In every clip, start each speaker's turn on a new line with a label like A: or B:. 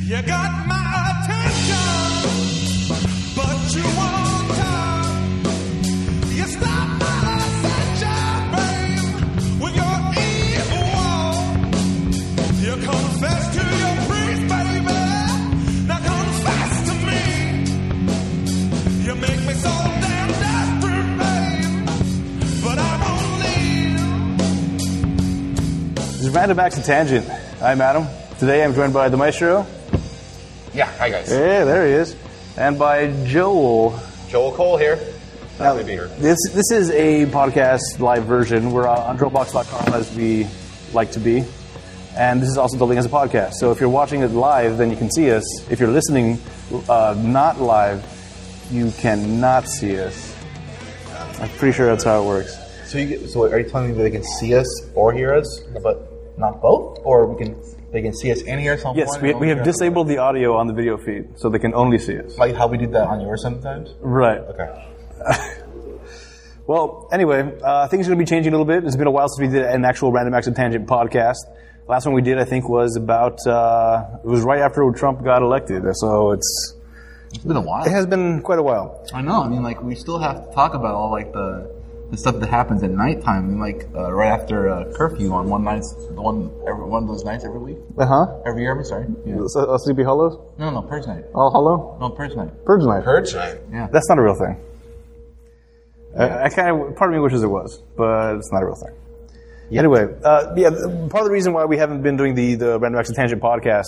A: You got my attention, but you won't talk. You stop my ascension, babe, with your evil walk. You confess to your priest, baby. Now confess to me. You make me so damn desperate, babe, but I won't leave.
B: This is Random Acts and Tangent. I'm Adam. Today I'm joined by the Maestro.
C: Yeah, hi guys.
B: Yeah, there he is. And by Joel.
C: Joel Cole here. Happy to be here.
B: This this is a podcast live version. We're uh, on Dropbox.com as we like to be, and this is also building as a podcast. So if you're watching it live, then you can see us. If you're listening uh, not live, you cannot see us. I'm pretty sure that's how it works.
D: So, you get, so are you telling me that they can see us or hear us, but not both, or we can they can see us and hear us on
B: Yes,
D: one
B: we,
D: and
B: we
D: only
B: have
D: hear us on
B: disabled the audio on the video feed, so they can only see us.
D: one? like how we did that on yours sometimes.
B: Right.
D: Okay.
B: Well, anyway, uh, things are going to be changing a little bit. It's been a while since we did an actual Random Acts and Tangent podcast. Last one we did, I think, was about uh, it was right after Trump got elected. So it's
D: It's been a while.
B: it has been quite a while.
D: I know. I mean, like we still have to talk about all like the the stuff that happens at nighttime, and like uh, right after uh, curfew on one nights, the one every, one of those nights every week,
B: Uh huh.
D: every year. I'm sorry. Yeah.
B: So, uh, Sleepy Hollow,
D: No, no, purge night.
B: All Hollow,
D: No, purge night.
B: Purge Night.
C: Purge night.
B: That's not a real thing. Uh, I, I kind of part of me wishes it was, but it's not a real thing. Anyway, uh, yeah, th- part of the reason why we haven't been doing the the Random Action Tangent podcast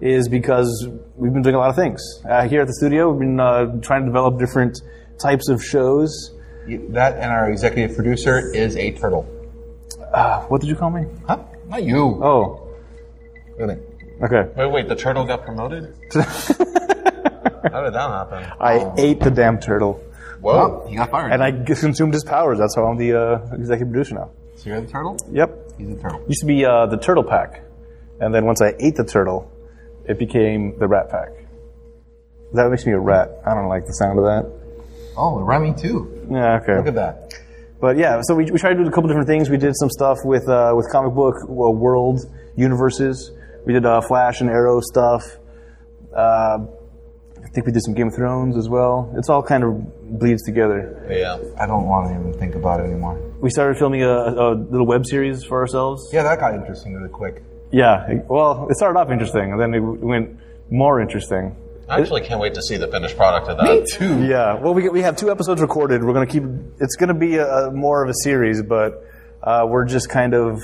B: is because we've been doing a lot of things uh, here at the studio. We've been uh, trying to develop different types of shows.
D: You- That and our executive producer is a turtle.
B: Uh, what did you call me?
D: Huh? Not you.
B: Oh,
D: Really?
B: okay.
C: Wait, wait, the turtle got promoted? How did that happen?
B: I ate the damn turtle,
C: Whoa.
D: He got fired.
B: and I g- consumed his powers. That's how I'm the uh, executive producer now.
D: so you're the turtle.
B: Yep.
D: He's a turtle.
B: used to be uh, the turtle pack, and then once I ate the turtle, it became the rat pack. That makes me a rat. I don't like the sound of that.
D: Oh, rhyming too.
B: Yeah, okay.
D: Look at that.
B: But yeah, so we, we tried to do a couple different things. We did some stuff with uh, with comic book uh, world universes. We did uh, Flash and Arrow stuff. Uh, I think we did some Game of Thrones as well. It's all kind of bleeds together.
C: Yeah.
D: I don't want to even think about it anymore.
B: We started filming a, a little web series for ourselves.
D: Yeah, that got interesting really quick.
B: Yeah. it- Well, it started off interesting, and then it w- went more interesting.
C: I actually can't wait to see the finished product of that.
D: too.
B: Yeah. Well, we, we have two episodes recorded. We're going to keep. It's going to be a, a more of a series, but uh, we're just kind of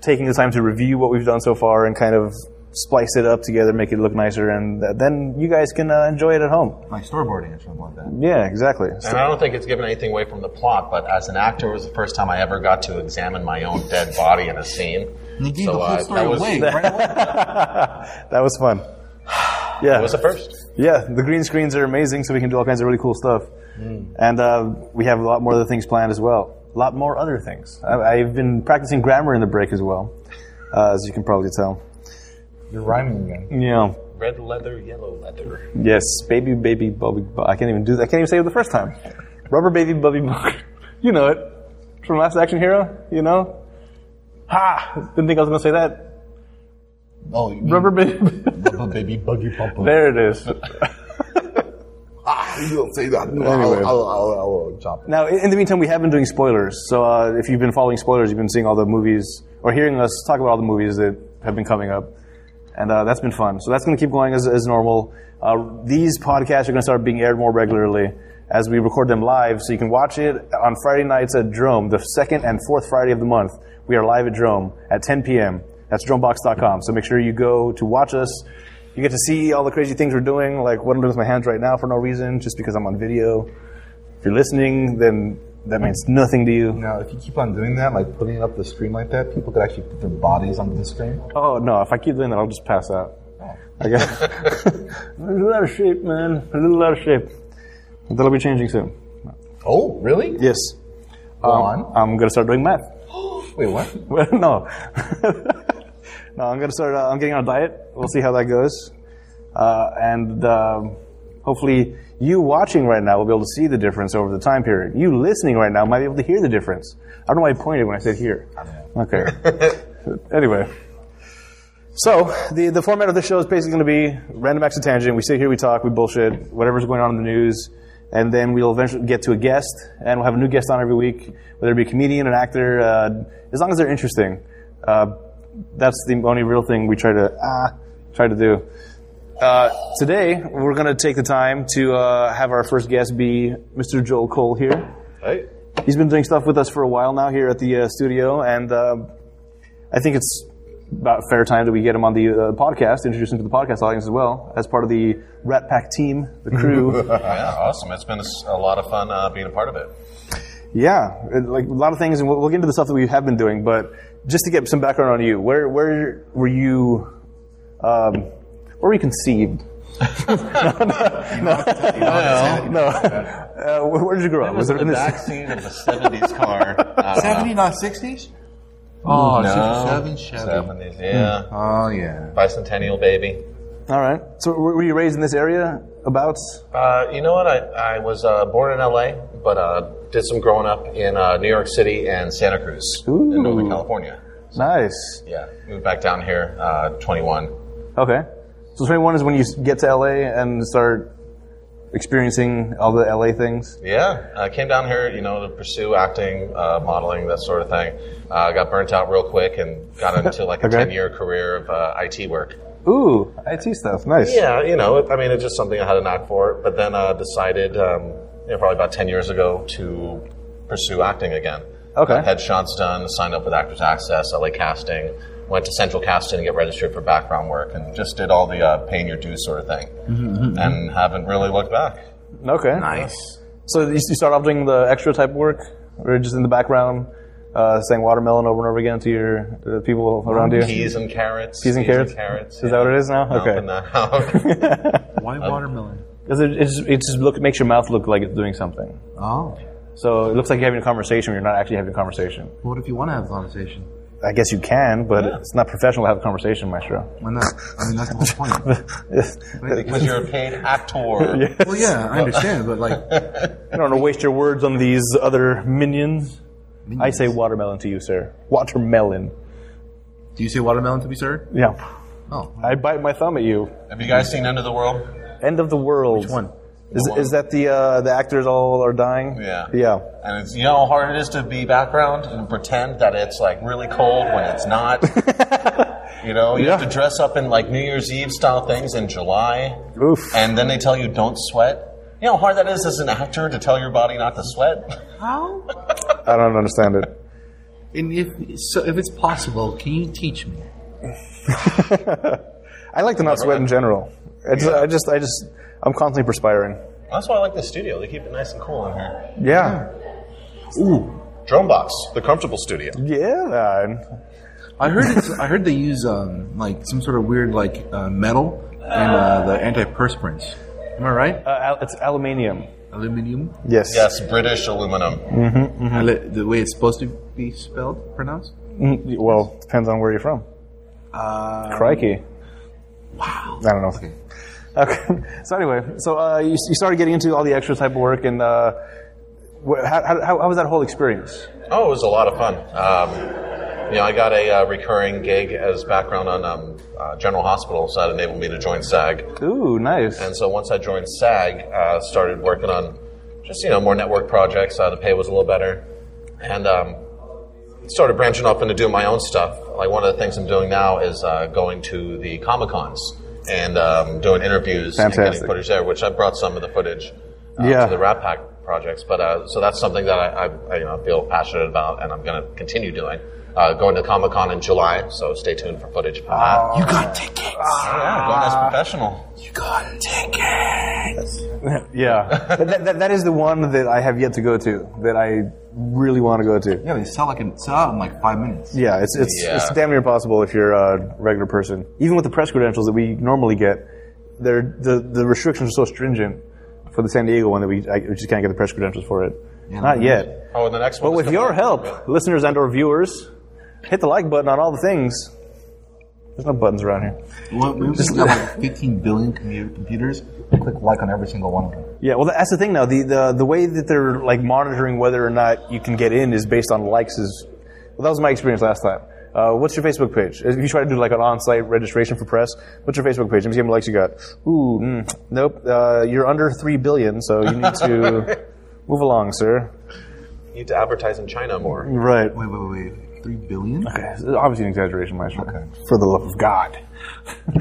B: taking the time to review what we've done so far and kind of splice it up together, make it look nicer, and th- then you guys can uh, enjoy it at home.
D: Like storyboarding or something like that.
B: Yeah. Exactly. So-
C: And I don't think it's given anything away from the plot, but as an actor, it was the first time I ever got to examine my own dead body in a scene.
D: You gave
C: So,
D: the whole
C: uh,
D: story
C: that was-
D: away right away.
B: that was fun. Yeah.
C: It was the first.
B: Yeah, the green screens are amazing, so we can do all kinds of really cool stuff. And uh, we have a lot more other things planned as well. A lot more other things. I, I've been practicing grammar in the break as well, uh, as you can probably tell.
D: You're rhyming again.
B: Yeah.
C: Red leather, yellow leather.
B: Yes, baby, baby, bubby. bu- I can't even do that. I can't even say it the first time. Rubber baby, bubby, bu- You know it from Last Action Hero. You know. Ha! Didn't think I was gonna say that.
D: Oh, you mean
B: Rubber baby.
D: Bubba baby buggy pumper.
B: there it is.
D: Ah, you don't say that. No,
B: Anyway.
D: I'll, I'll, I'll, I'll chop it.
B: Now, in in the meantime, we have been doing spoilers. So uh, if you've been following spoilers, you've been seeing all the movies or hearing us talk about all the movies that have been coming up. And uh, that's been fun. So that's going to keep going as, as normal. Uh, these podcasts are going to start being aired more regularly as we record them live. So you can watch it on Friday nights at Drome, the second and fourth Friday of the month. We are live at Drome at 10 p.m. That's dromebox.com. So make sure you go to watch us. You get to see all the crazy things we're doing, like what I'm doing with my hands right now for no reason, just because I'm on video. If you're listening, then that means nothing to you.
D: Now, if you keep on doing that, like putting up the screen like that, people could actually put their bodies onto the screen.
B: Oh no, if I keep doing that, I'll just pass out. I guess. I'm a little out of shape, man. I'm a little out of shape. But That'll be changing soon.
D: Oh, really?
B: Yes.
D: Go on.
B: I'm gonna start doing math.
D: Wait, what?
B: Well, no. no, I'm gonna start. Uh, I'm getting on a diet. We'll see how that goes, uh, and um, hopefully, you watching right now will be able to see the difference over the time period. You listening right now might be able to hear the difference. I don't know why I pointed when I said here. Okay. anyway, So the, the format of the show is basically going to be random acts of tangent. We sit here, we talk, we bullshit, whatever's going on in the news, and then we'll eventually get to a guest, and we'll have a new guest on every week, whether it be a comedian, an actor, uh, as long as they're interesting. Uh, that's the only real thing we try to ah try to do. Uh, today we're going to take the time to uh, have our first guest be Mr. Joel Cole here.
C: Right?
B: He's been doing stuff with us for a while now here at the uh, studio, and uh, I think it's about fair time that we get him on the uh, podcast, introduce him to the podcast audience as well, as part of the Rat Pack team, the crew.
C: Yeah, awesome. It's been a s- a lot of fun uh, being a part of it.
B: yeah, and, like a lot of things, and we'll, we'll get into the stuff that we have been doing. But just to get some background on you, where where were you? Um, where were you conceived? No, uh, where, where did you grow up? Was
C: the
B: there in this?
C: backseat of the 70s car. Uh,
D: 70, not 60s? Oh,
C: no.
D: 67 Chevy.
C: 70s, yeah.
D: Oh, yeah.
C: Bicentennial baby.
B: All right. So were were you raised in this area? About
C: Uh, you know what? I, I was uh, born in LA, but uh, did some growing up in uh, New York City and Santa Cruz
B: Ooh.
C: in Northern California.
B: nice.
C: Yeah, moved back down here, uh, 21.
B: Okay. So 21 is when you s- get to LA and start experiencing all the LA things.
C: Yeah, I came down here, you know, to pursue acting, uh, modeling, that sort of thing. Uh, got burnt out real quick and got into like a
B: Okay.
C: 10 year career of uh, IT work.
B: Ooh, IT stuff. Nice.
C: Yeah, you know, I mean, it's just something I had a knack for, but then uh, decided, um, you know, probably about 10 years ago to pursue acting again.
B: Okay.
C: Got headshots done, signed up with Actors Access, LA Casting, went to Central Casting to get registered for background work, and just did all the uh, paying your dues sort of thing.
B: Mm-hmm.
C: And haven't really looked back.
B: Okay.
D: Nice.
B: So you you start off doing the extra type work or just in the background uh, saying watermelon over and over again to your uh, people around you?
C: Peas and carrots.
B: Peas and carrots? Is that what it is now? Okay.
C: Dumping that out.
D: Why watermelon?
B: 'Cause It, it just, it just look, makes your mouth look like it's doing something.
D: Oh.
B: So it looks like you're having a conversation when you're not actually having a conversation.
D: What if you want to have a conversation?
B: I guess you can, but it's not professional to have a conversation, Maestro.
D: Why not? I mean, that's the whole point.
C: because you're a paid actor.
D: Well, yeah, I understand, but like,
B: I don't want to waste your words on these other minions. I say watermelon to you, sir. Watermelon.
D: do you say watermelon to me, sir?
B: Yeah.
D: Oh,
B: I bite my thumb at you.
C: Have you guys seen End of the World?
B: End of the world.
D: which one?
B: Is,
C: The one.
B: is that the uh, the actors all are dying?
C: Yeah.
B: Yeah.
C: And it's you know how hard it is to be background and pretend that it's like really cold when it's not. you know, you have
B: Yeah.
C: to dress up in like New Year's Eve style things in July,
B: Oof.
C: and then they tell you don't sweat. You know how hard that is as an actor to tell your body not to sweat.
D: How?
B: I don't understand it.
D: And if so, if it's possible, can you teach me?
B: I like to not sweat in general. It's, I just I just I'm constantly perspiring.
C: That's why I like the studio. They keep it nice and cool in here.
B: Yeah.
D: Ooh,
C: Drone Box, the comfortable studio.
B: Yeah. man.
D: I heard it's, I heard they use um, like some sort of weird like uh, metal and uh, the antiperspirants. Am I right?
B: Uh, al- it's aluminium.
D: Aluminium.
B: Yes.
C: Yes, British aluminum.
D: Ale- the way it's supposed to be spelled, pronounced.
B: Mm, well, depends on where you're from.
D: Uh,
B: Crikey. Wow. I don't know. Okay. So anyway, so uh, you, you started getting into all the extra type of work, and uh, wh- how, how, how was that whole experience?
C: Oh, it was a lot of fun. Um, you know, I got a uh, recurring gig as background on um, uh, General Hospital, so that enabled me to join SAG.
B: Ooh, nice.
C: And so once I joined SAG, uh, started working on just you know more network projects. Uh, the pay was a little better, and um, started branching off into doing my own stuff. Like one of the things I'm doing now is uh, going to the comic cons and um, doing interviews and
B: Fantastic.
C: getting footage there, which I brought some of the footage uh,
B: Yeah.
C: to the Rat Pack projects. But uh, so that's something that I, I, I you know feel passionate about, and I'm going to continue doing. Uh, going to Comic Con in July, so stay tuned for footage from that.
D: you got tickets.
C: yeah, Ah, going as professional.
D: You got tickets.
B: yeah, But that, that, that is the one that I have yet to go to that I really want to go to.
D: Yeah, they sell like in, sell out in like five minutes.
B: Yeah, it's it's, it's
C: Yeah.
B: damn near impossible if you're a regular person. Even with the press credentials that we normally get, they're, the the restrictions are so stringent for the San Diego one that we, I, we just can't get the press credentials for it. Not yet.
C: Oh, and the next
B: But
C: one. is
B: with
C: coming
B: your
C: up.
B: help, listeners and or viewers, hit the like button on all the things. There's no buttons around here.
D: Well, we just got like 15 billion commu- computers. Click like on every single one of them.
B: Yeah, well, that's the thing now. The, the the way that they're like monitoring whether or not you can get in is based on likes. Is well, that was my experience last time. Uh, Uh, what's your Facebook page? If you try to do like an on-site registration for press, what's your Facebook page? Let me see how many likes you got. Ooh, mm, nope. Uh, you're under three billion, so you need to move along, sir.
C: You need to advertise in China more.
B: Right.
D: Wait, wait, wait, wait. Three billion? I
B: Okay, this is Obviously, an exaggeration, Maestro. For the love of God.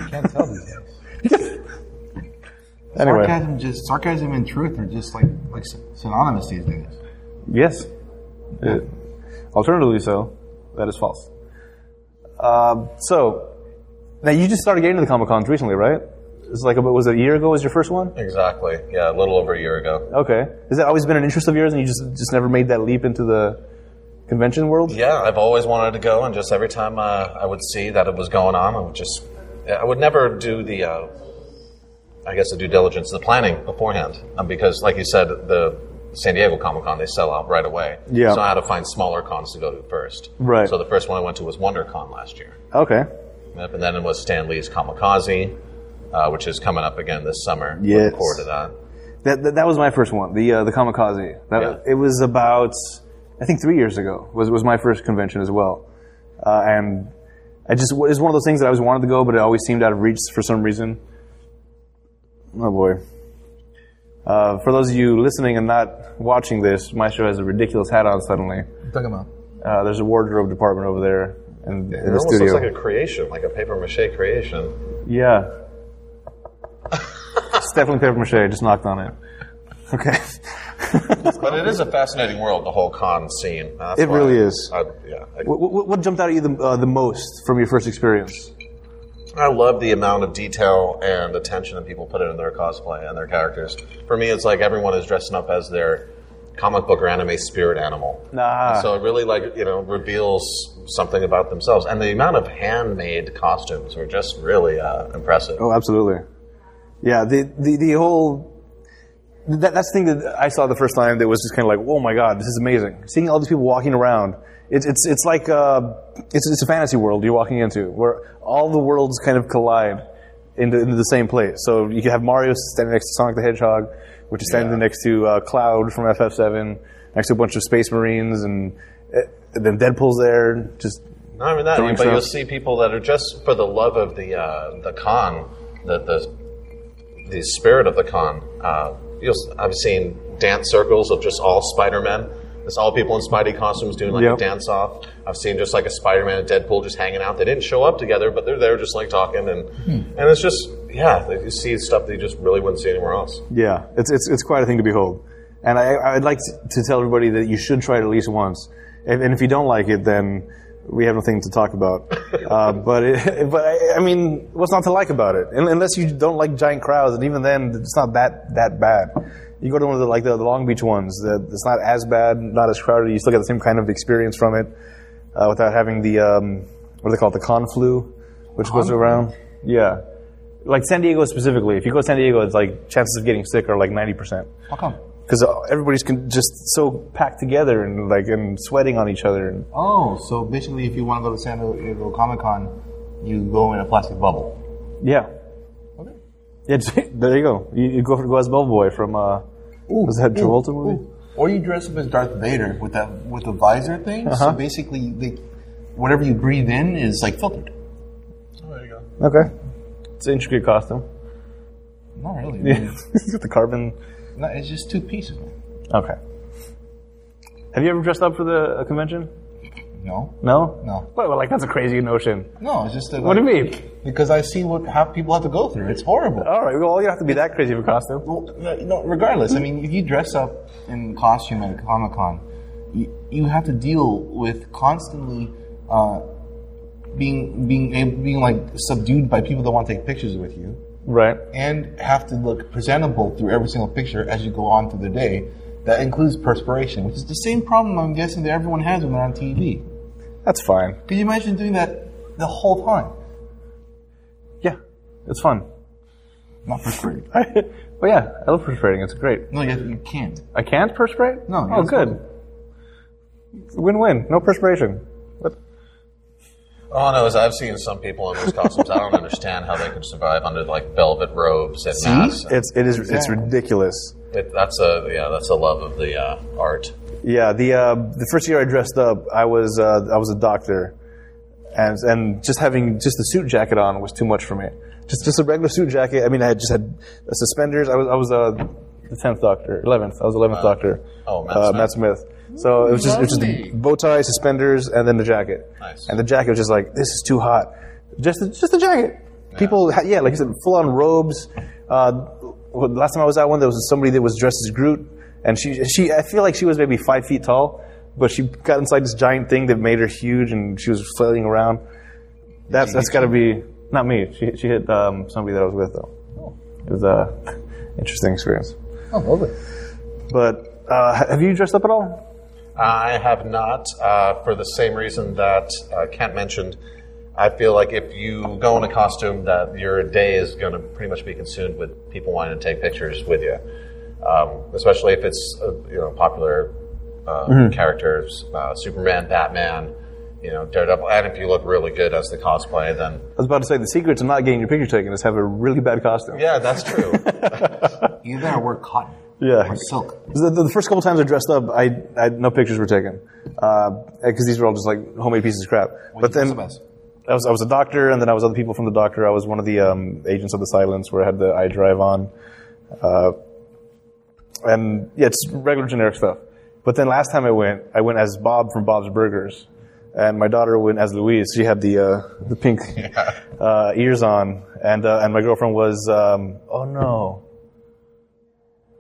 D: can't tell these days.
B: Anyway,
D: Sarcasm, just sarcasm and truth are just like like syn- synonymous these days.
B: yes. Uh, alternatively, so that is false. Um, so now you just started getting to the comic cons recently, right? It's like about, was it a year ago? Was your first one?
C: Exactly. Yeah, a little over a year ago.
B: Okay. Has that always been an interest of yours, and you just just never made that leap into the convention world?
C: Yeah, I've always wanted to go, and just every time uh, I would see that it was going on, I would just, I would never do the, uh, I guess, the due diligence, the planning beforehand, um, because, like you said, the San Diego Comic Con they sell out right away.
B: Yeah.
C: So I had to find smaller cons to go to first.
B: Right.
C: So the first one I went to was WonderCon last year,
B: Okay.
C: Yep, and then it was Stan Lee's Kamikaze, uh, which is coming up again this summer.
B: Yes.
C: Looking forward to that.
B: That, that, that was my first one, the uh, the kamikaze. That,
C: Yeah.
B: It was about, I think, three years ago. was was my first convention as well, uh, and I just it was one of those things that I always wanted to go, but it always seemed out of reach for some reason. Oh boy! Uh, for those of you listening and not watching this, my show has a ridiculous hat on suddenly.
D: I'm talking about.
B: Uh, there's a wardrobe department over there in, in
C: It
B: the
C: almost
B: studio.
C: looks like a creation, like a paper mache creation.
B: Yeah. it's definitely paper mache. I just knocked on it. Okay.
C: But it is a fascinating world, the whole con scene. That's
B: It
C: why
B: really is.
C: I, yeah, I-
B: what, what, what jumped out at you the, uh, the most from your first experience?
C: I love the amount of detail and attention that people put in their cosplay and their characters. For me, it's like everyone is dressing up as their comic book or anime spirit animal.
B: Ah.
C: So it really like you know reveals something about themselves, and the amount of handmade costumes were just really uh, impressive.
B: Oh, absolutely. Yeah, the the, the whole. That, that's the thing that I saw the first time that was just kind of like, oh my god, this is amazing. Seeing all these people walking around, it's it's it's like uh, it's it's a fantasy world you're walking into where all the worlds kind of collide into, into the same place. So you could have Mario standing next to Sonic the Hedgehog, which is standing next to uh, Cloud from FF7, next to a bunch of Space Marines, and, uh, and then Deadpool's there. Just
C: Not even that,
B: Throwing
C: but you'll
B: stuff.
C: see people that are just for the love of the uh, the con, the, the the spirit of the con. Uh, you'll, s- I've seen dance circles of just all Spider Men. It's all people in Spidey costumes doing like
B: Yep.
C: a dance off. I've seen just like a Spider Man and Deadpool just hanging out. They didn't show up together, but they're there just like talking and
B: Hmm.
C: and it's just yeah, like, you see stuff that you just really wouldn't see anywhere else.
B: Yeah, it's, it's, it's quite a thing to behold. And I, I'd like to tell everybody that you should try it at least once. And and if you don't like it, then we have nothing to talk about. uh, but it, but I, I mean, what's not to like about it? Un- Unless you don't like giant crowds, and even then, it's not that that bad. You go to one of the like the, the Long Beach ones. The, it's not as bad, not as crowded. You still get the same kind of experience from it uh, without having the um, what do they call it, the con flu, which goes around. Yeah, like San Diego specifically. If you go to San Diego, it's like chances of getting sick are like ninety percent
D: How come?
B: because everybody's con- just so packed together and like and sweating on each other. And
D: Oh, so basically, if you want to go to San Diego Comic Con, you go in a plastic bubble.
B: yeah, yeah. Just, there you go. You, you go for go as Bellboy from uh, was that Travolta movie?
D: Or you dress up as Darth Vader with that with the visor thing. So basically, like whatever you breathe in is like filtered.
C: there you go.
B: Okay, it's an intricate costume.
D: Not really.
B: Yeah, the carbon.
D: No, it's just two pieces.
B: Okay. Have you ever dressed up for the uh, convention?
D: No,
B: No.
D: No.
B: Well, like that's a crazy notion.
D: no, it's just that,
B: What do you
D: like,
B: mean?
D: Because I've seen what how people have to go through. It's horrible.
B: All right. Well, you don't have to be that crazy of a costume.
D: Well, no, no, regardless, I mean, if you dress up in costume at Comic Con, you, you have to deal with constantly uh, being being ab- being like subdued by people that want to take pictures with you,
B: Right.
D: and have to look presentable through every single picture as you go on through the day. That includes perspiration, which is the same problem I'm guessing that everyone has when they're on TV.
B: That's fine.
D: Could you imagine doing that the whole time?
B: Yeah, it's fun.
D: Not perspiring.
B: well, yeah, I love perspiring. It's great.
D: No, you, you can't.
B: I can't perspirate?
D: No,
B: Oh,
D: that's
B: good. Win-win. No perspiration. What?
C: All I know is I've seen some people in those costumes. I don't understand how they could survive under like velvet robes and masks.
B: It's it is it's
D: Exactly.
B: ridiculous.
C: It, that's a yeah, that's a love of the uh, art.
B: Yeah, the uh, the first year I dressed up, I was uh, I was a doctor, and and just having just the suit jacket on was too much for me. Just just a regular suit jacket. I mean, I had just had suspenders. I was I was uh, the tenth Doctor, eleventh. I was eleventh Doctor.
C: oh, Matt
B: uh,
C: Smith.
B: Matt Smith. So it was just it was just the bow tie, suspenders, and then the jacket.
C: Nice.
B: And the jacket was just like this is too hot. Just the, just the jacket. People, ha- yeah, like you said, full on robes. Uh, when- last time I was at one, there was somebody that was dressed as Groot, and she she I feel like she was maybe five feet tall, but she got inside this giant thing that made her huge, and she was flailing around. That's that's got to be not me. She she hit um, somebody that I was with though. It was a interesting experience.
E: Oh, lovely.
B: But uh, have you dressed up at all?
C: I have not, uh, for the same reason that uh, Kent mentioned. I feel like if you go in a costume, that your day is going to pretty much be consumed with people wanting to take pictures with you, um, especially if it's uh, you know popular uh, characters, uh, Superman, Batman, you know Daredevil, and if you look really good as the cosplay, then
B: I was about to say the secret to not getting your picture taken is have a really bad costume.
C: yeah, that's true.
D: You better wear cotton
B: Yeah.
D: or silk.
B: The, the, the first couple times I dressed up, I, I no pictures were taken because these were all just like homemade pieces of crap. but then
D: best.
B: I was I was a doctor, and then I was other people from the doctor. I was one of the um, agents of the silence where I had the eye drive on, uh, and yeah, it's regular generic stuff. But then last time I went, I went as Bob from Bob's Burgers, and my daughter went as Louise. She had the uh, the pink uh, ears on, and uh, and my girlfriend was um, oh no,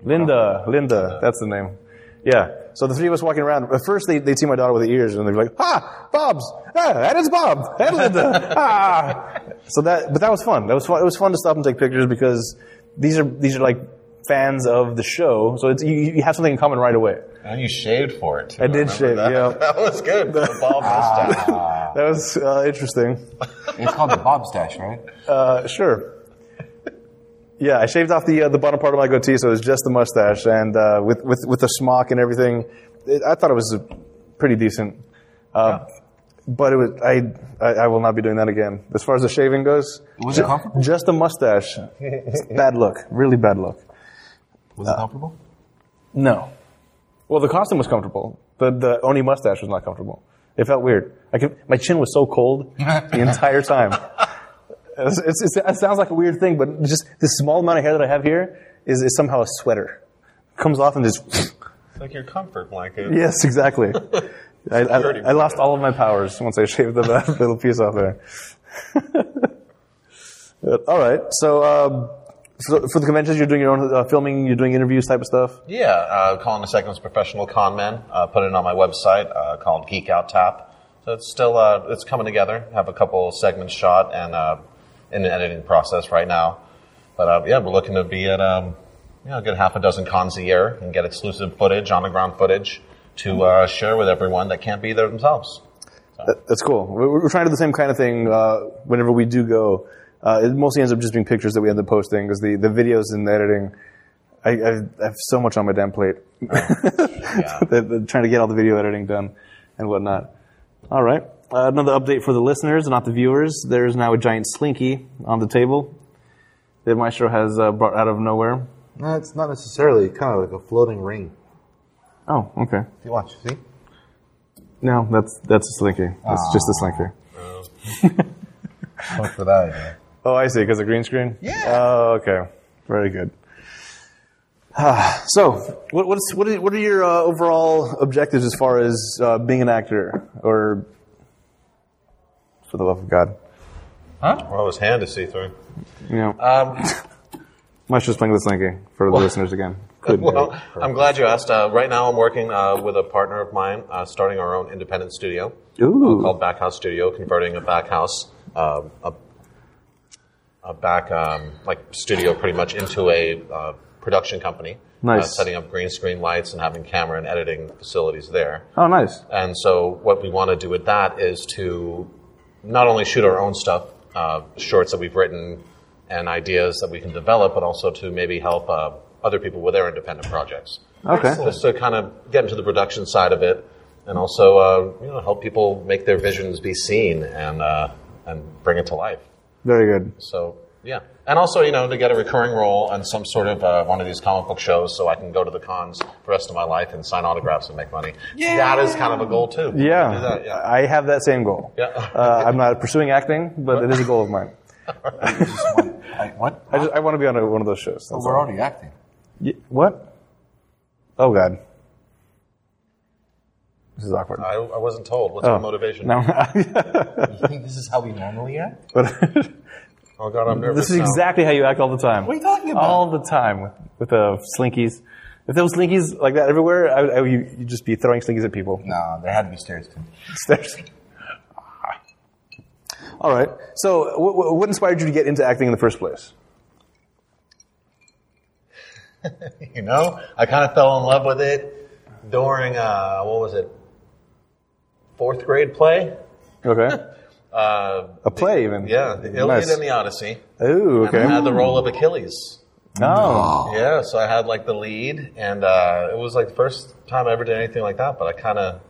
B: Linda, Linda, that's the name. Yeah. So the three of us walking around. At first, they they see my daughter with the ears, and they're like, "Ah, Bob's! Ah, that is Bob! That is Linda! Ah!" So that, but that was fun. That was fun. It was fun to stop and take pictures because these are these are like fans of the show. So it's you, you have something in common right away.
C: and you shaved for it. Too.
B: I did
C: remember
B: shave,
C: That.
B: yeah.
C: that was good. The bald mustache.
B: That was uh, interesting.
D: It's called the bob stash, right?
B: Uh, sure. Yeah, I shaved off the uh, the bottom part of my goatee, so it was just the mustache, and uh, with with with the smock and everything, it, I thought it was uh, pretty decent. Uh, But it was I, I I will not be doing that again. As far as the shaving goes,
D: Was it comfortable?
B: just the mustache, It's bad look, really bad look. Uh,
D: Was it comfortable?
B: No. Well, the costume was comfortable. The the Oni mustache was not comfortable. It felt weird. I could, my chin was so cold the entire time. It's, it's, it's, it sounds like a weird thing, but just this small amount of hair that I have here is, is somehow a sweater. Comes off and just
C: It's like your comfort blanket.
B: yes, exactly. I, I, I lost all of my powers once I shaved the that little piece off there. But, all right, so. Um, so for the conventions, you're doing your own uh, filming, you're doing interviews type of stuff.
C: Yeah, uh, Colin the Second's professional con man. Uh, put it on my website uh, called Geek Out Top. So it's still uh, it's coming together. Have a couple segments shot and uh, in the editing process right now. But uh, yeah, we're looking to be at um, you know a good half a dozen cons a year and get exclusive footage, on the ground footage to uh, share with everyone that can't be there themselves.
B: That- That's cool. We're, we're trying to do the same kind of thing uh, whenever we do go. Uh, it mostly ends up just being pictures that we end up posting because the, the videos and the editing, I, I, I have so much on my damn plate. They're- they're trying to get all the video editing done and whatnot. All right. Uh, another update for the listeners, not the viewers. There is now a giant slinky on the table that Maestro has uh, brought out of nowhere.
E: No, it's not necessarily kind of like a floating ring.
B: Oh, okay.
E: If you watch, see?
B: No, that's that's a slinky. That's just a slinky.
E: Look for that idea.
B: Oh, I see. Because of green screen. Yeah. Oh, okay. Very good. Ah, so, what, what's what are, what are your uh, overall objectives as far as uh, being an actor, or for the love of God,
C: Well, his hand is see through.
B: you know,
C: Um,
B: much just playing with Slinky for the listeners again. Good.
C: well, I'm glad you asked. Uh, right now, I'm working uh, with a partner of mine, uh, starting our own independent studio.
B: Ooh.
C: called Backhouse Studio, converting a backhouse, um, a, a back um, like studio, pretty much into a uh, production company.
B: Nice.
C: Uh, setting up green screen lights and having camera and editing facilities there.
B: Oh, nice.
C: And so, what we want to do with that is to not only shoot our own stuff, uh, shorts that we've written, and ideas that we can develop, but also to maybe help uh, other people with their independent projects
B: Okay.
C: just to kind of get into the production side of it, and also uh, you know help people make their visions be seen and uh, and bring it to life.
B: Very good.
C: So Yeah, and also you know to get a recurring role on some sort of uh, one of these comic book shows, so I can go to the cons the rest of my life and sign autographs and make money. Yeah, that is kind of a goal too.
B: Yeah,
C: do that, yeah.
B: I have that same goal.
C: Yeah.
B: Uh, I'm not pursuing acting, but it is a goal of mine.
D: I, what?
B: I, just, I want to be on a, one of those shows.
D: But
B: That's
D: we're
B: all.
D: already acting.
B: Y- what? Oh God, this is awkward.
D: Uh,
C: I, I wasn't told. What's
B: Oh.
C: my motivation?
B: No,
D: You think this is how we normally act?
B: but
C: Oh God, I'm nervous.
B: this is
C: now.
B: exactly how you act all the time.
D: What are you talking about?
B: all the time with with uh, slinkies. If there was slinkies like that everywhere, I, I, you, you'd just be throwing slinkies at people.
D: No, there had to be stairs too.
B: Stairs. All right. So, what- what, what inspired you to get into acting in the first place?
C: You know, I kind of fell in love with it during uh, what was it? Fourth grade play.
B: Okay.
C: Uh,
B: A play, even.
C: yeah, the Iliad
B: Nice.
C: and the Odyssey.
B: Ooh, okay.
C: I had the role of Achilles.
B: Oh.
C: Yeah, so I had like the lead, and uh, it was like the first time I ever did anything like that. But I kind of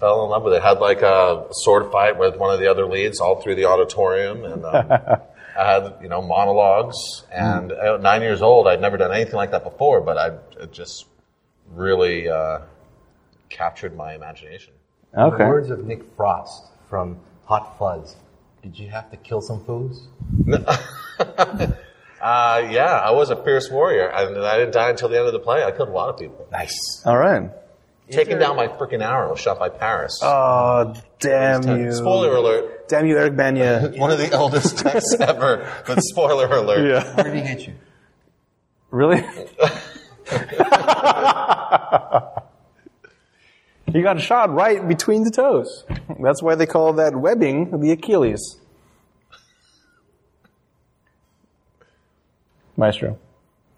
C: fell in love with it. Had like a sword fight with one of the other leads all through the auditorium, and um, I had you know monologues. And
B: Hmm.
C: at nine years old, I'd never done anything like that before, but I it just really uh, captured my imagination.
E: In the
B: Okay.
E: words of Nick Frost from Hot Fuzz, did you have to kill some fools?
C: Uh, yeah, I was a fierce warrior, and I didn't die until the end of the play. I killed a lot of people.
D: Nice.
B: All right.
C: Taking down my freaking arrow, shot by Paris.
B: Oh, damn you.
C: Spoiler alert.
B: Damn you, Eric Banya.
C: One of the eldest texts ever, but spoiler alert.
B: yeah.
D: Where did he hit you?
B: Really? you got shot right between the toes. That's why they call that webbing the Achilles. Maestro.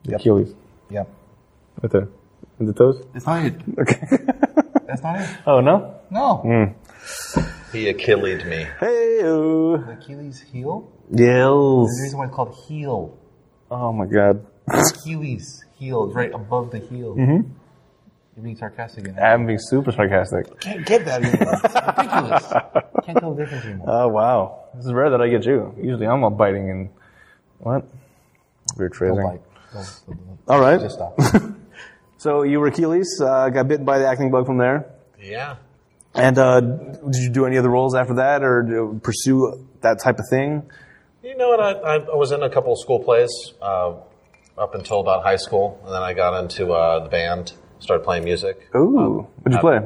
B: The Achilles.
D: Yep.
B: Right there. In the toes?
D: That's not it.
B: Okay.
D: That's not it.
B: oh, no?
D: Uh, No.
C: He Achilled me.
B: Hey,
D: Achilles heel? The
B: Yes.
D: reason why it's called heel.
B: Oh, my God.
D: Achilles heel is right above the heel. Mm-hmm. You're being sarcastic again.
B: I'm being super sarcastic.
D: can't get that anymore. It's ridiculous. Can't tell the difference anymore.
B: Oh wow, this is rare that I get you. Usually I'm all biting and what? Weird phrasing.
D: Like, don't- don't-
B: All right.
D: Just stop.
B: So you were Achilles, uh, got bitten by the acting bug from there,
C: Yeah.
B: and uh, did you do any other roles after that, or do- pursue that type of thing?
C: You know what? I, I I was in a couple of school plays uh, up until about high school, and then I got into uh, the band, started playing music.
B: Ooh, what'd you play?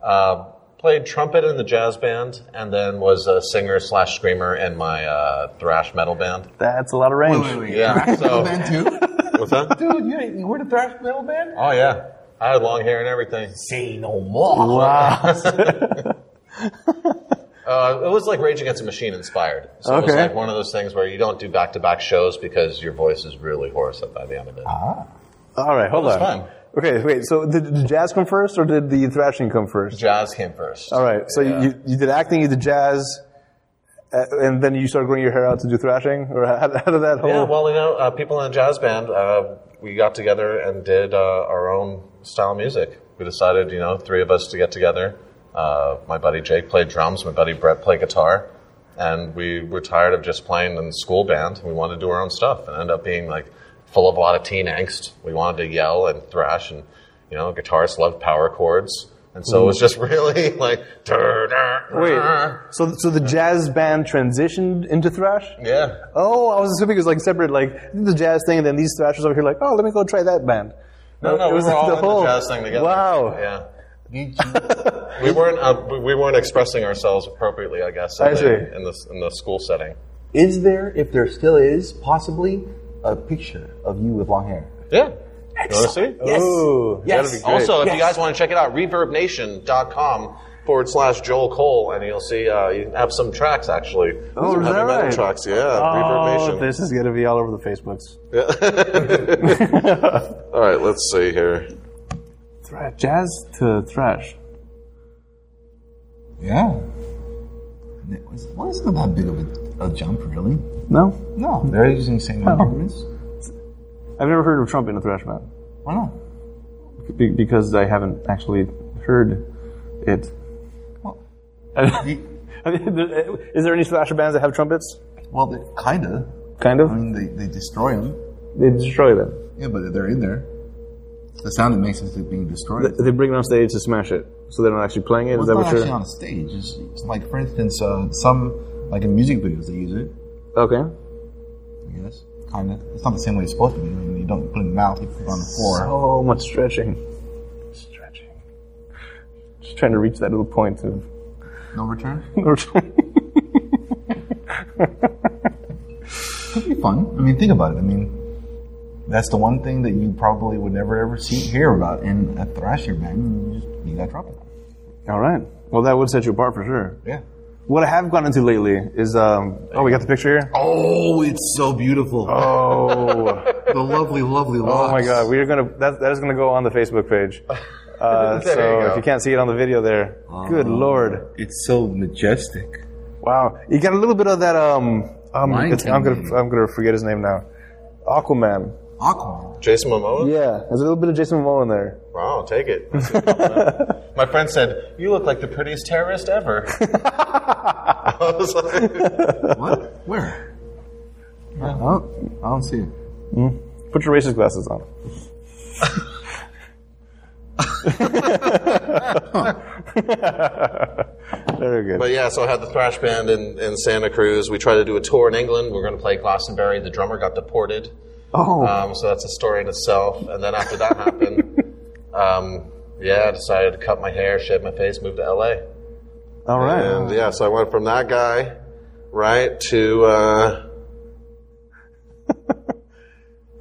C: Uh, played trumpet in the jazz band, and then was a singer slash screamer in my uh, thrash metal band.
B: That's a lot of range.
C: Yeah. So
D: Band too?
C: what's that?
D: Dude, you, you were the thrash metal band?
C: Oh yeah, I had long hair and everything.
D: Say no more.
B: Wow.
C: Uh, it was like Rage Against the Machine inspired. So it was
B: Okay.
C: like one of those things where you don't do back to back shows because your voice is really hoarse at by the end of it.
B: all right, hold on.
C: That was fun.
B: Okay, wait. So did, did jazz come first, or did the thrashing come first?
C: Jazz came first.
B: All right. So you
C: Yeah.
B: you, you did acting, you did jazz, uh, and then you started growing your hair out to do thrashing, or how, how did that whole?
C: Yeah, well, you know, uh, people in a jazz band, uh, we got together and did uh, our own style of music. We decided, you know, three of us to get together. Uh, my buddy Jake played drums, my buddy Brett played guitar, and we were tired of just playing in the school band. We wanted to do our own stuff and end up being like full of a lot of teen angst. We wanted to yell and thrash, and you know, guitarists love power chords. And so it was just really like,
B: Wait,
C: wait,
B: so so the jazz band transitioned into thrash?
C: yeah,
B: Oh, I was assuming it was like separate, like the jazz thing, and then these thrashers over here, like, oh, let me go try that band.
C: no, no,
B: it
C: we
B: was
C: were all
B: the
C: in
B: whole
C: the jazz thing together.
B: Wow.
C: yeah.
D: Did you,
C: We weren't uh, we- we weren't expressing ourselves appropriately, I guess. In
B: I
C: the,
B: see.
C: In the in the school setting.
D: is there, if there still is, possibly a picture of you with long hair?
C: Yeah. You want to see?
B: Ooh,
D: Yes.
B: that'd be great.
C: Also, if you guys want to check it out, reverbnation.com forward slash Joel Cole, and you'll see uh, you have some tracks actually.
B: Oh,
C: some
B: is that
C: heavy metal
B: right?
C: tracks. Yeah,
B: oh,
C: Reverbnation.
B: this is gonna be all over the Facebooks.
C: All right, let's see here.
B: Thrash, jazz to thrash.
D: Yeah. It was, well, it's not that big of a, a jump, really.
B: No,
D: No, they're using the same instruments.
B: I've never heard of Trump in a thrash band
D: Why not?
B: Be- because I haven't actually heard it.
D: Well,
B: is there any thrasher bands that have trumpets?
D: well, they- kinda.
B: kind
D: I
B: of.
D: mean, they, they destroy them.
B: They destroy them.
D: Yeah, but they're in there. The sound it makes is it being destroyed.
B: They bring it on stage to smash it, so they're not actually playing it. Is
D: Well,
B: that what
D: it's not actually
B: you're?
D: on a stage. It's, it's like, for instance, uh, some like in music videos they use it.
B: Okay.
D: I guess kind of. It's not the same way it's supposed to be. I mean, you don't put it in your mouth. You put it on the floor.
B: So Oh, much stretching. Stretching. Just trying to reach that little point of
D: no return.
B: no return.
D: Could be fun. I mean, think about it. I mean, that's the one thing that you probably would never ever see hear about in a thrasher band. You just you got drop it.
B: All right. Well, that would set you apart for sure.
D: Yeah.
B: What I have gotten into lately is um. Oh, we got the picture here.
D: Oh, it's so beautiful.
B: Oh.
D: the lovely, lovely.
B: oh my God. We are gonna. That, that is gonna go on the Facebook page. Uh,
C: There
B: so
C: you go.
B: if you can't see it on the video there, good lord.
D: It's so majestic.
B: Wow. You got a little bit of that um. um
D: Lion
B: it's, I'm
D: King
B: gonna.
D: name.
B: I'm gonna forget his name now. Aquaman.
D: Aquaman.
C: Jason Momoa?
B: Yeah, there's a little bit of Jason Momoa in there.
C: Wow, Oh, I'll take it. That's it. My friend said, You look like the prettiest terrorist ever. I was like,
D: What? Where? I don't, I don't see it.
B: Put your racist glasses on. Very good.
C: But yeah, so I had the thrash band in, in Santa Cruz. We tried to do a tour in England. We were going to play Glastonbury. The drummer got deported.
B: oh,
C: Um, so that's a story in itself. And then after that happened, um, yeah, I decided to cut my hair, shave my face, move to LA.
B: all right.
C: And yeah, so I went from that guy, right, to. Uh,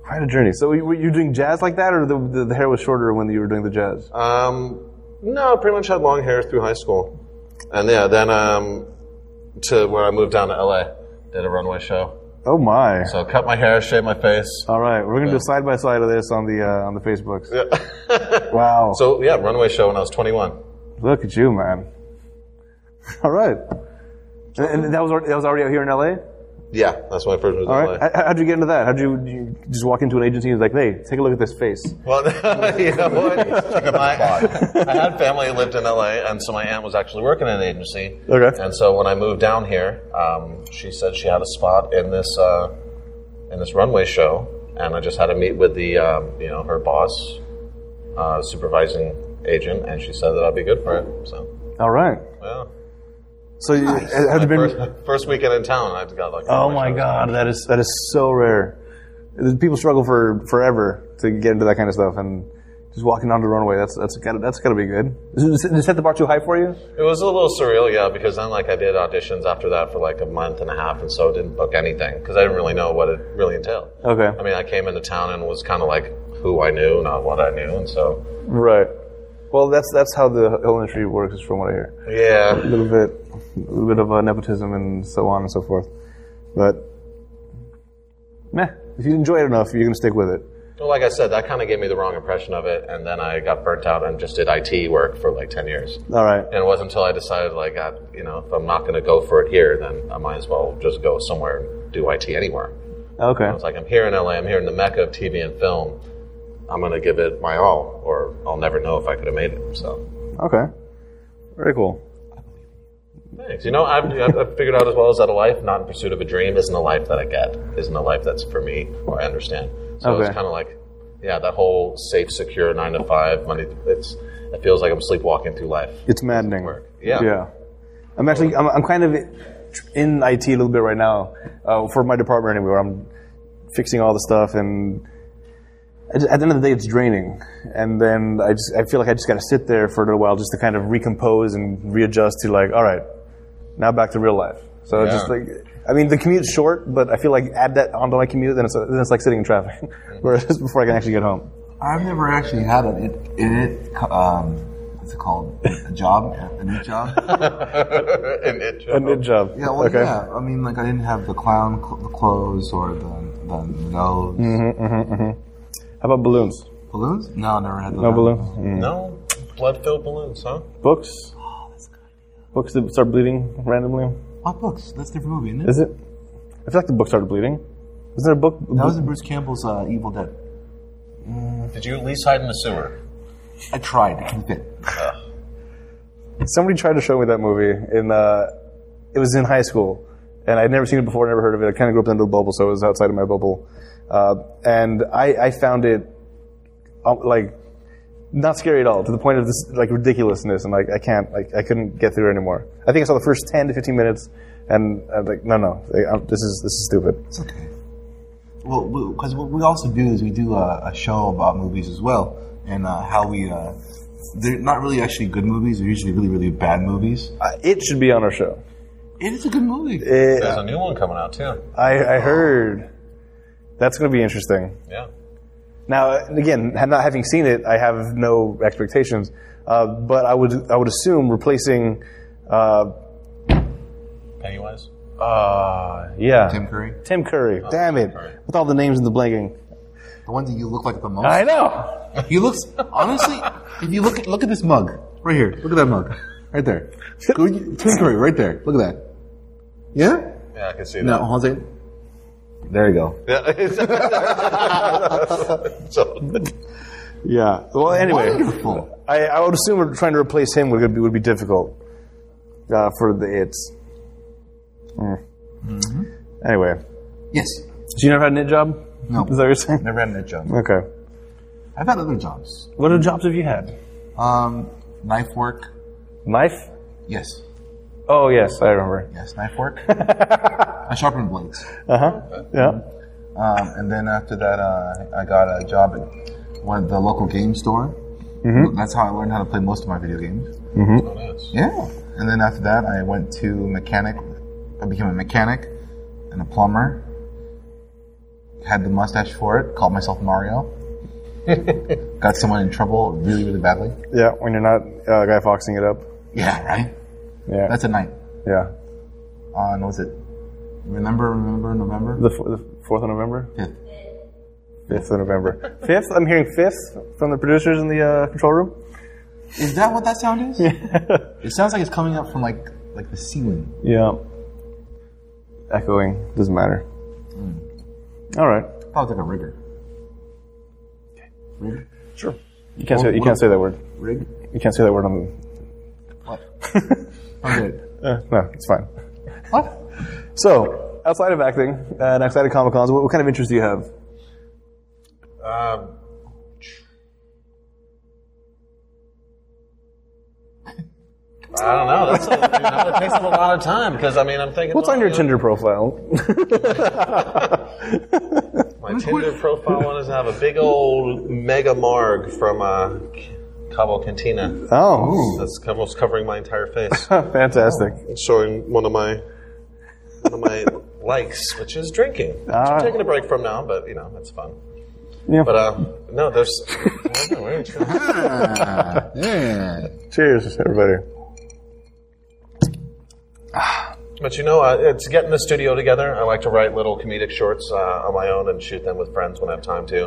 B: Quite a journey. So you- were you doing jazz like that, or the, the, the hair was shorter when you were doing the jazz?
C: Um, no, I pretty much had long hair through high school, and yeah, then um, to when I moved down to LA, did a runway show.
B: oh my!
C: So cut my hair, shaved my face.
B: all right, we're gonna do a side by side of this on the uh, on the Facebooks.
C: Yeah.
B: Wow!
C: so yeah, runway show when I was 21.
B: look at you, man. All right. And, and that was al- that was already out here in LA.
C: Yeah, that's my first moved to
B: All
C: LA.
B: right. How, how'd you get into that? How'd you, you just walk into an agency and was like, hey, take a look at this face?
C: well, you know what? My, I had family who lived in LA, and so my aunt was actually working in an agency.
B: Okay.
C: And so when I moved down here, um, she said she had a spot in this uh, in this runway show, and I just had to meet with the um, you know her boss, uh, supervising agent, and she said that I'd be good for it. So
B: All right.
C: yeah,
B: So you, have you been?
C: first, first weekend in town, I got like
B: Oh my god, that is that is so rare. People struggle for forever to get into that kind of stuff, and just walking down the runway that's that's gotta, that's gotta be good. Is it- Did it set the bar too high for you?
C: It was a little surreal, yeah, because then like I did auditions after that for like a month and a half, and so didn't book anything because I didn't really know what it really entailed.
B: Okay,
C: I mean, I came into town and was kind of like who I knew, not what I knew, and so
B: right. Well, that's that's how the whole industry works, is from what I hear.
C: yeah.
B: A little bit, a little bit of uh, nepotism and so on and so forth. But meh, if you enjoy it enough, you're gonna stick with it.
C: Well, like I said, that kind of gave me the wrong impression of it, and then I got burnt out and just did IT work for like ten years.
B: All right.
C: And it wasn't until I decided, like, I, you know, if I'm not going to go for it here, then I might as well just go somewhere and do IT anywhere.
B: Okay.
C: I was like, I'm here in LA, I'm here in the mecca of TV and film. I'm going to give it my all, or I'll never know if I could have made it. So,
B: Okay. Very cool.
C: thanks. You know, I've, I've I've figured out as well as that a life not in pursuit of a dream isn't a life that I get, isn't a life that's for me or I understand. So
B: Okay.
C: it's kind of like, yeah, that whole safe, secure nine to five money. It's it feels like I'm sleepwalking through life.
B: It's maddening.
C: work. Yeah.
B: Yeah. I'm actually, I'm, I'm kind of in IT a little bit right now uh, for my department anyway, where I'm fixing all the stuff and I just- at the end of the day, it's draining. And then I just, I feel like I just got to sit there for a little while just to kind of recompose and readjust to like, all right, now back to real life. So it's just
C: Yeah.
B: like, I mean, the commute's short, but I feel like add that onto my commute, then it's, then it's like sitting in traffic, whereas before I can actually get home.
D: I've never actually had an it, it um, what's it called? A job, a new job.
C: and it,
B: A nit job.
D: Yeah, well, yeah. I mean, like I didn't have the clown cl- the clothes or the the nose
B: Mm-hmm. How about balloons?
D: balloons. No, I never had those.
B: No balloons?
C: No blood filled balloons, huh?
B: Books?
D: Oh,
B: Books that start bleeding randomly?
D: What Oh, books? That's a different movie, isn't it?
B: Is it? I feel like the book started bleeding. Is there a book?
D: That was in Bruce Campbell's uh, Evil Dead.
C: Did you at least hide in the sewer?
D: I tried. It can fit.
B: Somebody tried to show me that movie in. Uh, it was in high school, and I'd never seen it before, never heard of it. I kind of grew up into the bubble, so it was outside of my bubble. Uh, and I, I found it um, like not scary at all to the point of this like ridiculousness and like I can't like I couldn't get through it anymore. I think I saw the first ten to fifteen minutes and I was like no no like, I'm- this is this is stupid.
D: It's okay. Well, because what we also do is we do a, a show about movies as well, and uh, how we. Uh, they're not really actually good movies. They're usually really, really bad movies.
B: Uh, It should be on our show.
D: It is a good movie.
B: It,
C: There's a new one coming out too.
B: I, I heard that's going to be interesting.
C: Yeah.
B: Now, again, ha- not having seen it, I have no expectations. Uh, but I would, I would assume replacing, uh,
C: Pennywise.
B: uh, yeah,
D: Tim Curry, Oh,
B: Tim Curry. Damn it,
C: Curry.
B: with all the names in the blanking.
D: the one that you look like the most.
B: I know.
D: He looks honestly. if you look at look at this mug right here, look at that mug right there. Go, Tim Curry right there. Look at that. Yeah.
C: Yeah, I can see
D: No,
C: that.
D: hold on. a second. There you go.
C: So-
B: Yeah. Well, anyway,
D: Wonderful.
B: I, I would assume we're trying to replace him would be would be difficult uh, for the it's. Mm.
D: Mm-hmm.
B: Anyway,
D: Yes.
B: so you never had a knit job?
D: No.
B: Is that what you're saying?
D: Never had a knit job.
B: Okay.
D: I've had other jobs.
B: What other jobs have you had?
D: Um, knife work.
B: Knife?
D: Yes.
B: Oh yes, I remember.
D: Yes, knife work. I sharpened blades.
B: Uh-huh. Yeah.
D: Um, and then after that, uh, I got a job at one of the local game store. That's how I learned how to play most of my video games.
C: Oh, nice.
D: Yeah. And then after that, I went to mechanic. I became a mechanic and a plumber. Had the mustache for it. Called myself Mario. got someone in trouble really, really badly.
B: Yeah, when you're not uh, guy foxing it up.
D: Yeah, right.
B: Yeah.
D: That's a night
B: yeah.
D: on what was it? Remember, remember, November.
B: The, f- the fourth of November,
D: Fifth.
B: fifth of November, fifth. I'm hearing fifth from the producers in the uh, control room.
D: Is that what that sound is? it sounds like it's coming up from like like the ceiling.
B: Yeah. Echoing doesn't matter.
D: Hmm.
B: All right.
D: Probably like a rigger. Rig?
B: Sure. You can't say you can't say that word.
D: Rig?
B: You can't say that word on
D: What? okay.
B: the. Uh, no, it's fine.
D: What?
B: So, outside of acting uh, and outside of comic cons, what, what kind of interests do you have?
C: Um, I don't know. That's a, you know, it takes up a lot of time because I mean I'm thinking.
B: What's
C: well,
B: on your
C: you know,
B: Tinder profile?
C: My Tinder profile one is I have a big old mega marg from uh, Cabo Cantina
B: Oh,
C: that's almost covering my entire face.
B: fantastic!
C: It's showing one of my one of my likes, which is drinking. Which
B: Ah.
C: I'm taking a break from now, but you know that's fun.
B: Yeah.
C: But uh, no, there's. I don't know, where it's going.
D: Yeah.
B: Cheers, everybody.
C: But you know, uh, it's getting the studio together. I like to write little comedic shorts uh, on my own and shoot them with friends when I have time to.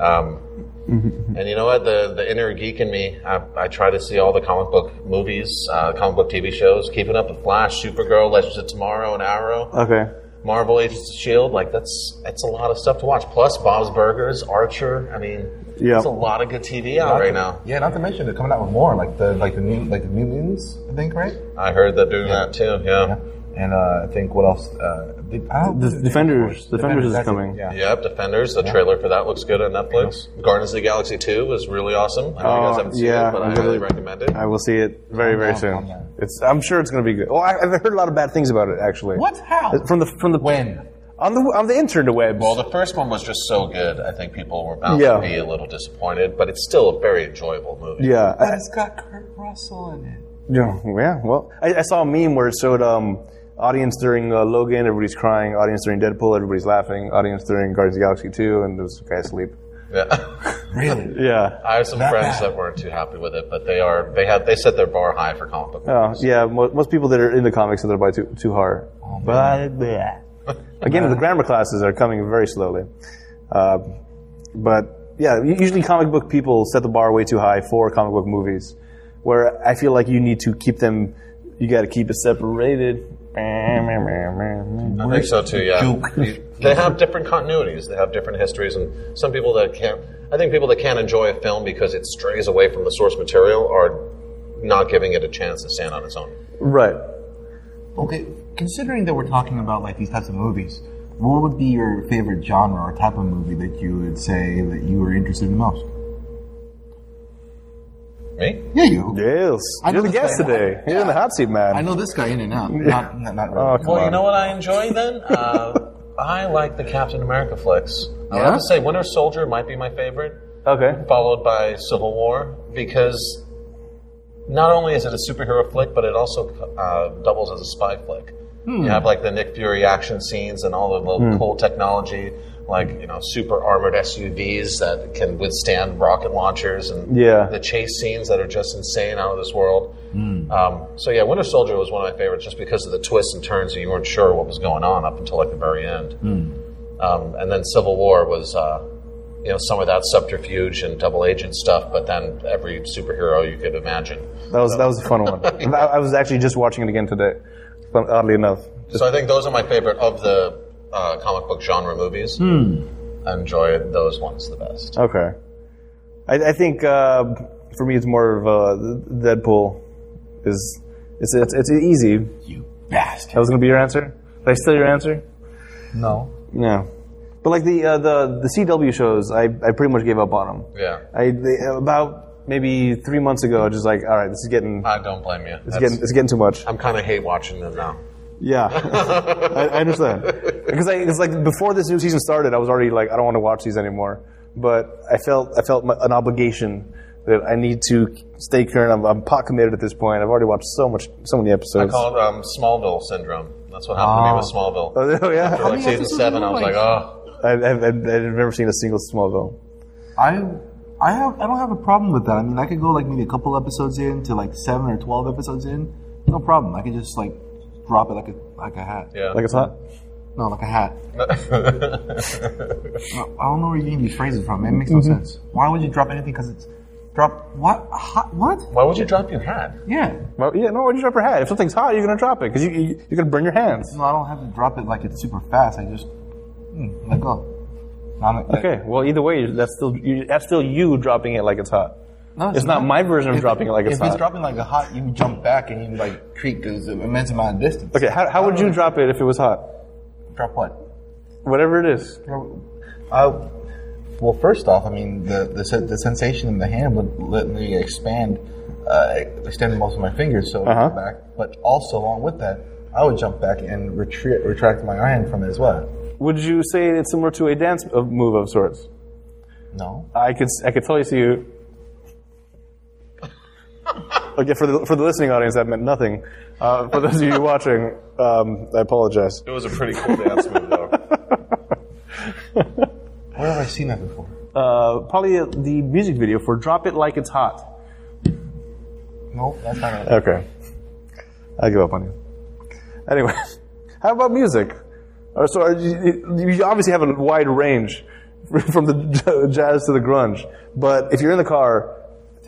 C: Um, and you know what? The the inner geek in me, I, I try to see all the comic book movies, uh, comic book TV shows, keeping up with Flash, Supergirl, Legends of Tomorrow, and Arrow,
B: Okay.
C: Marvel Agents of Shield. E Like that's that's a lot of stuff to watch. Plus Bob's Burgers, Archer. I mean,
B: Yeah.
C: there's a lot of good TV out right now.
D: Yeah, not to mention they're coming out with more, like the like the new like the new mutants, I think, right?
C: I heard that doing that too.
D: Yeah.
C: Yeah.
D: And uh, I think what else? Uh, the, I don't-
B: The Defenders- Defenders is
D: that's it,
B: coming.
D: Yeah.
C: Yep, Defenders. The trailer for that looks good on Netflix. Guardians of the Galaxy Two was really awesome. I know you
B: Oh,
C: guys haven't seen
B: yeah,
C: it, but
B: I'm
C: I
B: gonna-
C: really recommend it.
B: I will see it very, very
D: down, calm
B: soon.
D: down.
B: It's. I'm sure it's going to be good. Well, I, I've heard a lot of bad things about it, actually. Uh,
D: What? How?
B: From the from the
D: When?
B: on the on the interwebs.
C: Well, the first one was just so good. I think people were bound
B: Yeah.
C: to be a little disappointed, but it's still a very enjoyable movie.
B: yeah,
D: But
B: I-
D: it's got Kurt Russell in it.
B: yeah, yeah. Well, I, I saw a meme where it showed um, audience during uh, Logan, everybody's crying. Audience during Deadpool, everybody's laughing. Audience during Guardians of the Galaxy Two, and there was a guy asleep.
C: Yeah.
D: Really?
B: Yeah.
C: I have some
D: That
C: friends
D: bad.
C: that weren't too happy with it, but they are they had they set their bar high for comic book.
B: Oh, yeah. Mo- most people that are into comics that are by too too hard. but again, the grammar classes are coming very slowly. Uh, but yeah, u- usually comic book people set the bar way too high for comic book movies, where I feel like you need to keep them. You got to keep it separated. Oh.
C: I think so too. Yeah,
D: Joke.
C: You- they have different continuities. They have different histories, and some people that can't. I think people that can't enjoy a film because it strays away from the source material are not giving it a chance to stand on its own.
B: Right.
D: Okay. considering that we're talking about like these types of movies, what would be your favorite genre or type of movie that you would say that you were interested in the most?
C: Me?
D: Yeah, you.
B: Yes.
D: I know
B: You're the
D: this
B: guest
D: guy.
B: today. You're in the hot seat, man.
D: I know this guy in and out. Not, not, not really.
B: Oh, come
C: Well, you
B: on.
C: know what I enjoy then? Uh, I like the Captain America flicks. I would have
D: Yeah?
C: to say Winter Soldier might be my favorite,
B: Okay.
C: followed by Civil War, because not only is it a superhero flick, but it also uh, doubles as a spy flick. You have like the Nick Fury action scenes and all the little cool technology, like you know super armored SUVs that can withstand rocket launchers and
B: Yeah.
C: the chase scenes that are just insane out of this world. Um, so yeah, Winter Soldier was one of my favorites just because of the twists and turns that you weren't sure what was going on up until like the very end. Um, and then Civil War was, uh, you know, some of that subterfuge and double agent stuff, but then every superhero you could imagine.
B: That was that was a fun one. I, I was actually just watching it again today, fun- oddly enough.
C: So I think those are my favorite of the uh, comic book genre movies. I enjoy those ones the best.
B: Okay. I, I think uh, for me, it's more of uh, Deadpool. Is it's, it's it's easy.
D: You
B: That
D: bastard.
B: was gonna be your answer. Did I steal your answer?
D: No.
B: No. But like the uh, the the CW shows, I, I pretty much gave up on them.
C: Yeah,
B: I they, about maybe three months ago, just like all right, this is getting
C: I don't blame you.
B: it's getting it's getting too much.
C: I'm kind of hate watching them now.
B: Yeah, I, I understand. Because I, because like before this new season started, I was already like, I don't want to watch these anymore. But I felt, I felt my, an obligation that I need to stay current. I'm, I'm pot committed at this point. I've already watched so much, so many
C: I
B: episodes.
C: call it um, Smallville syndrome. That's what happened to me with Smallville.
B: oh
C: After
B: yeah,
C: like season
D: episodes
C: seven,
D: are
C: I was
D: like-
C: like, oh,
B: I, I've, I've, I've never seen a single Smallville.
D: I I have I don't have a problem with that. I mean, I could go like maybe a couple episodes in to like seven or twelve episodes in, no problem. I could just like drop it like a like a hat.
C: yeah.
B: Like it's hot.
D: No, like a hat. I don't know where you're getting these phrases from. It makes no
B: Mm-hmm.
D: sense. Why would you drop anything? Because it's drop what hot what?
C: Why would you drop your hat?
D: Yeah.
B: Well, yeah, no, why'd you drop your hat? If something's hot, you're gonna drop it because you, you you're gonna burn your hands.
D: No, I don't have to drop it like it's super fast. I just mm, let go. I'm not-
B: Okay, well either way, that's still you, that's still you dropping it like it's hot.
D: No,
B: It's not my version of dropping it like it's
D: if it's
B: hot.
D: dropping like a hot, you jump back and you like creep because an immense amount of distance.
B: Okay, how, how would you drop it if it was hot?
D: Drop what?
B: Whatever it is.
D: Uh, well, first off, I mean the the, se- the sensation in the hand would let me expand, uh, extend most of my fingers, so it would
B: Uh-huh.
D: go back. But also along with that, I would jump back and retreat, retract my hand from it as well.
B: Would you say it's similar to a dance of- move of sorts?
D: No,
B: I could I could totally see you. Okay, for the for the listening audience, that meant nothing. Uh, for those of you watching, um, I apologize.
C: It was a pretty cool dance move, though.
D: where have I seen that before?
B: Uh, probably uh, the music video for "Drop It Like It's Hot."
D: No, that's not it.
B: Okay, I give up on you. Anyway, how about music? Or so are you, you you obviously have a wide range from the j- jazz to the grunge. But if you're in the car,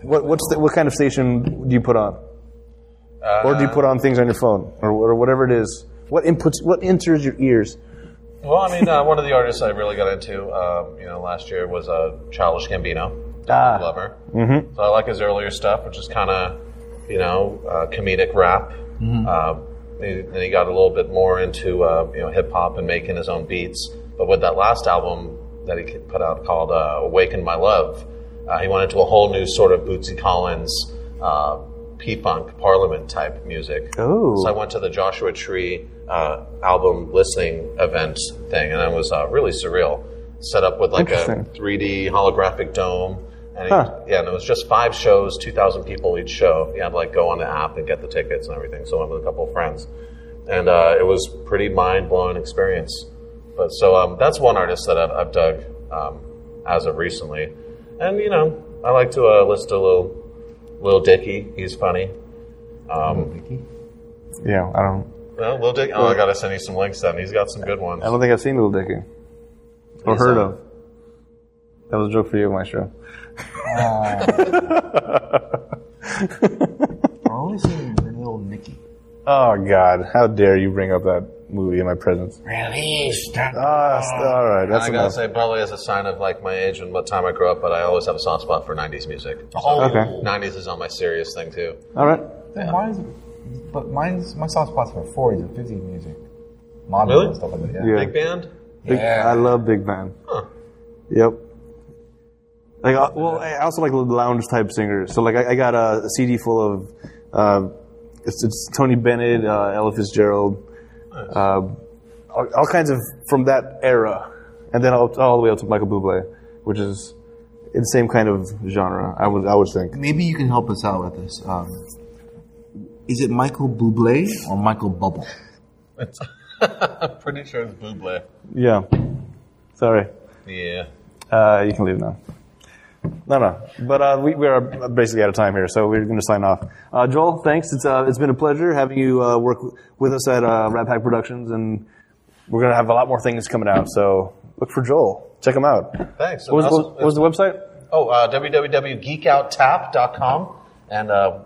B: what what's the, what kind of station do you put on? or do you put on things on your phone or, or whatever it is? What inputs? What enters your ears?
C: Well, I mean, uh, one of the artists I really got into, um, you know, last year was uh, Childish Gambino,
B: Ah.
C: Donald Glover. Mm-hmm. So I like his earlier stuff, which is kind of, you know, uh, comedic rap. Uh, he- then he got a little bit more into, uh, you know, hip hop and making his own beats. But with that last album that he put out called uh, "Awaken My Love," uh, he went into a whole new sort of Bootsy Collins, uh, P Funk, Parliament type music.
B: Oh.
C: So I went to the Joshua Tree uh, album listening event thing, and it was uh, really surreal. Set up with like a
B: Interesting.
C: 3D holographic dome, and it-
B: Huh.
C: yeah, and it was just five shows, 2,000 people each show. You had to like go on the app and get the tickets and everything. So I went with a couple of friends, and uh, it was pretty mind blowing experience. But so um, that's one artist that I've, I've dug um, as of recently, and you know I like to uh, listen to Lil Lil Dicky. He's funny.
B: Yeah, I don't.
C: Well, Lil Dicky. Oh, I gotta send you some links then. He's got some good ones.
B: I don't think I've seen Little Dicky or
C: Yes,
B: heard
C: I-
B: of. That was a joke for you, Maestro.
D: I've only seen Little Nicky.
B: Oh God! How dare you bring up that movie in my presence?
D: Release.
B: Ah, st- all right, that's
C: Oh, I gotta
B: enough.
C: say, probably as a sign of like my age and what time I grew up, but I always have a soft spot for '90s music. So
D: Oh.
B: Okay.
C: '90s is on my serious thing too.
B: All right.
D: Why is it? But mine's my soft spot's for 40s and 50s music, modern
C: Really?
D: and stuff like that. Yeah.
B: Yeah.
C: Big band?
B: Big-
D: Yeah.
B: I love big band.
C: Huh.
B: Yep. Like, uh, well, I also like lounge type singers. So like, I, I got a CD full of, uh, it's, it's Tony Bennett, uh, Ella Fitzgerald, uh, all, all kinds of from that era, and then all, all the way up to Michael Bublé, which is in the same kind of genre. I would I would think.
D: Maybe you can help us out with this. Um, is it Michael Bublé or Michael Bubble?
C: It's I'm pretty sure it's Buble.
B: Yeah. Sorry.
C: Yeah.
B: Uh, you can leave now. No, no. But uh, we, we are basically out of time here, so we're going to sign off. Uh, Joel, thanks. It's, uh, it's been a pleasure having you uh, work with us at uh, Rat Pack Productions, and we're going to have a lot more things coming out, so look for Joel. Check him out.
C: Thanks.
B: What was,
C: Also-
B: what was the website?
C: Oh, uh, www.geekouttap.com. And uh,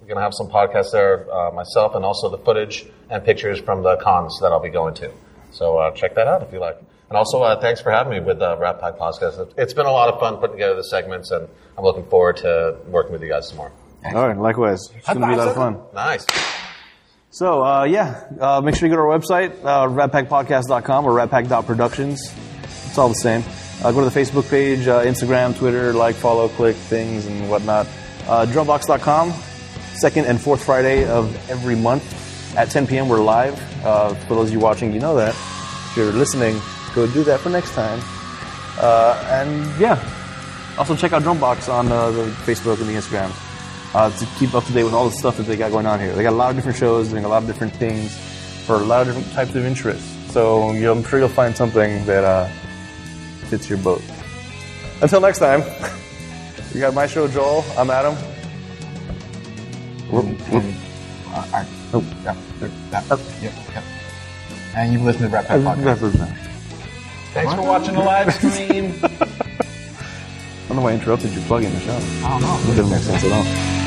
C: we're going to have some podcasts there, uh, myself, and also the footage and pictures from the cons that I'll be going to. So uh, check that out if you like. And also, uh, thanks for having me with uh, Rat Pack Podcast. It's been a lot of fun putting together the segments, and I'm looking forward to working with you guys tomorrow.
B: All right, likewise. It's going to be a lot of fun.
C: Nice.
B: So, uh, yeah, uh, make sure you go to our website, uh, ratpackpodcast.com or ratpack.productions. It's all the same. Uh, go to the Facebook page, uh, Instagram, Twitter, like, follow, click things and whatnot. Uh, drumbox.com, second and fourth Friday of every month at 10 p.m. We're live. Uh, for those of you watching, you know that. If you're listening, go do that for next time. Uh, and yeah, also check out Drumbox on uh, the Facebook and the Instagram uh, to keep up to date with all the stuff that they got going on here. They got a lot of different shows doing a lot of different things for a lot of different types of interests. So you I'm sure you'll find something that uh, fits your boat. Until next time, you got my show, Joel. I'm Adam.
D: And, uh, I-
B: Oh.
D: yeah, there- that- yep, yep. And you can listen to Rap Pack Podcast.
C: Thanks for watching the live stream.
B: I don't know why I interrupted you plugging the show.
D: I don't know.
B: Didn't make sense at all.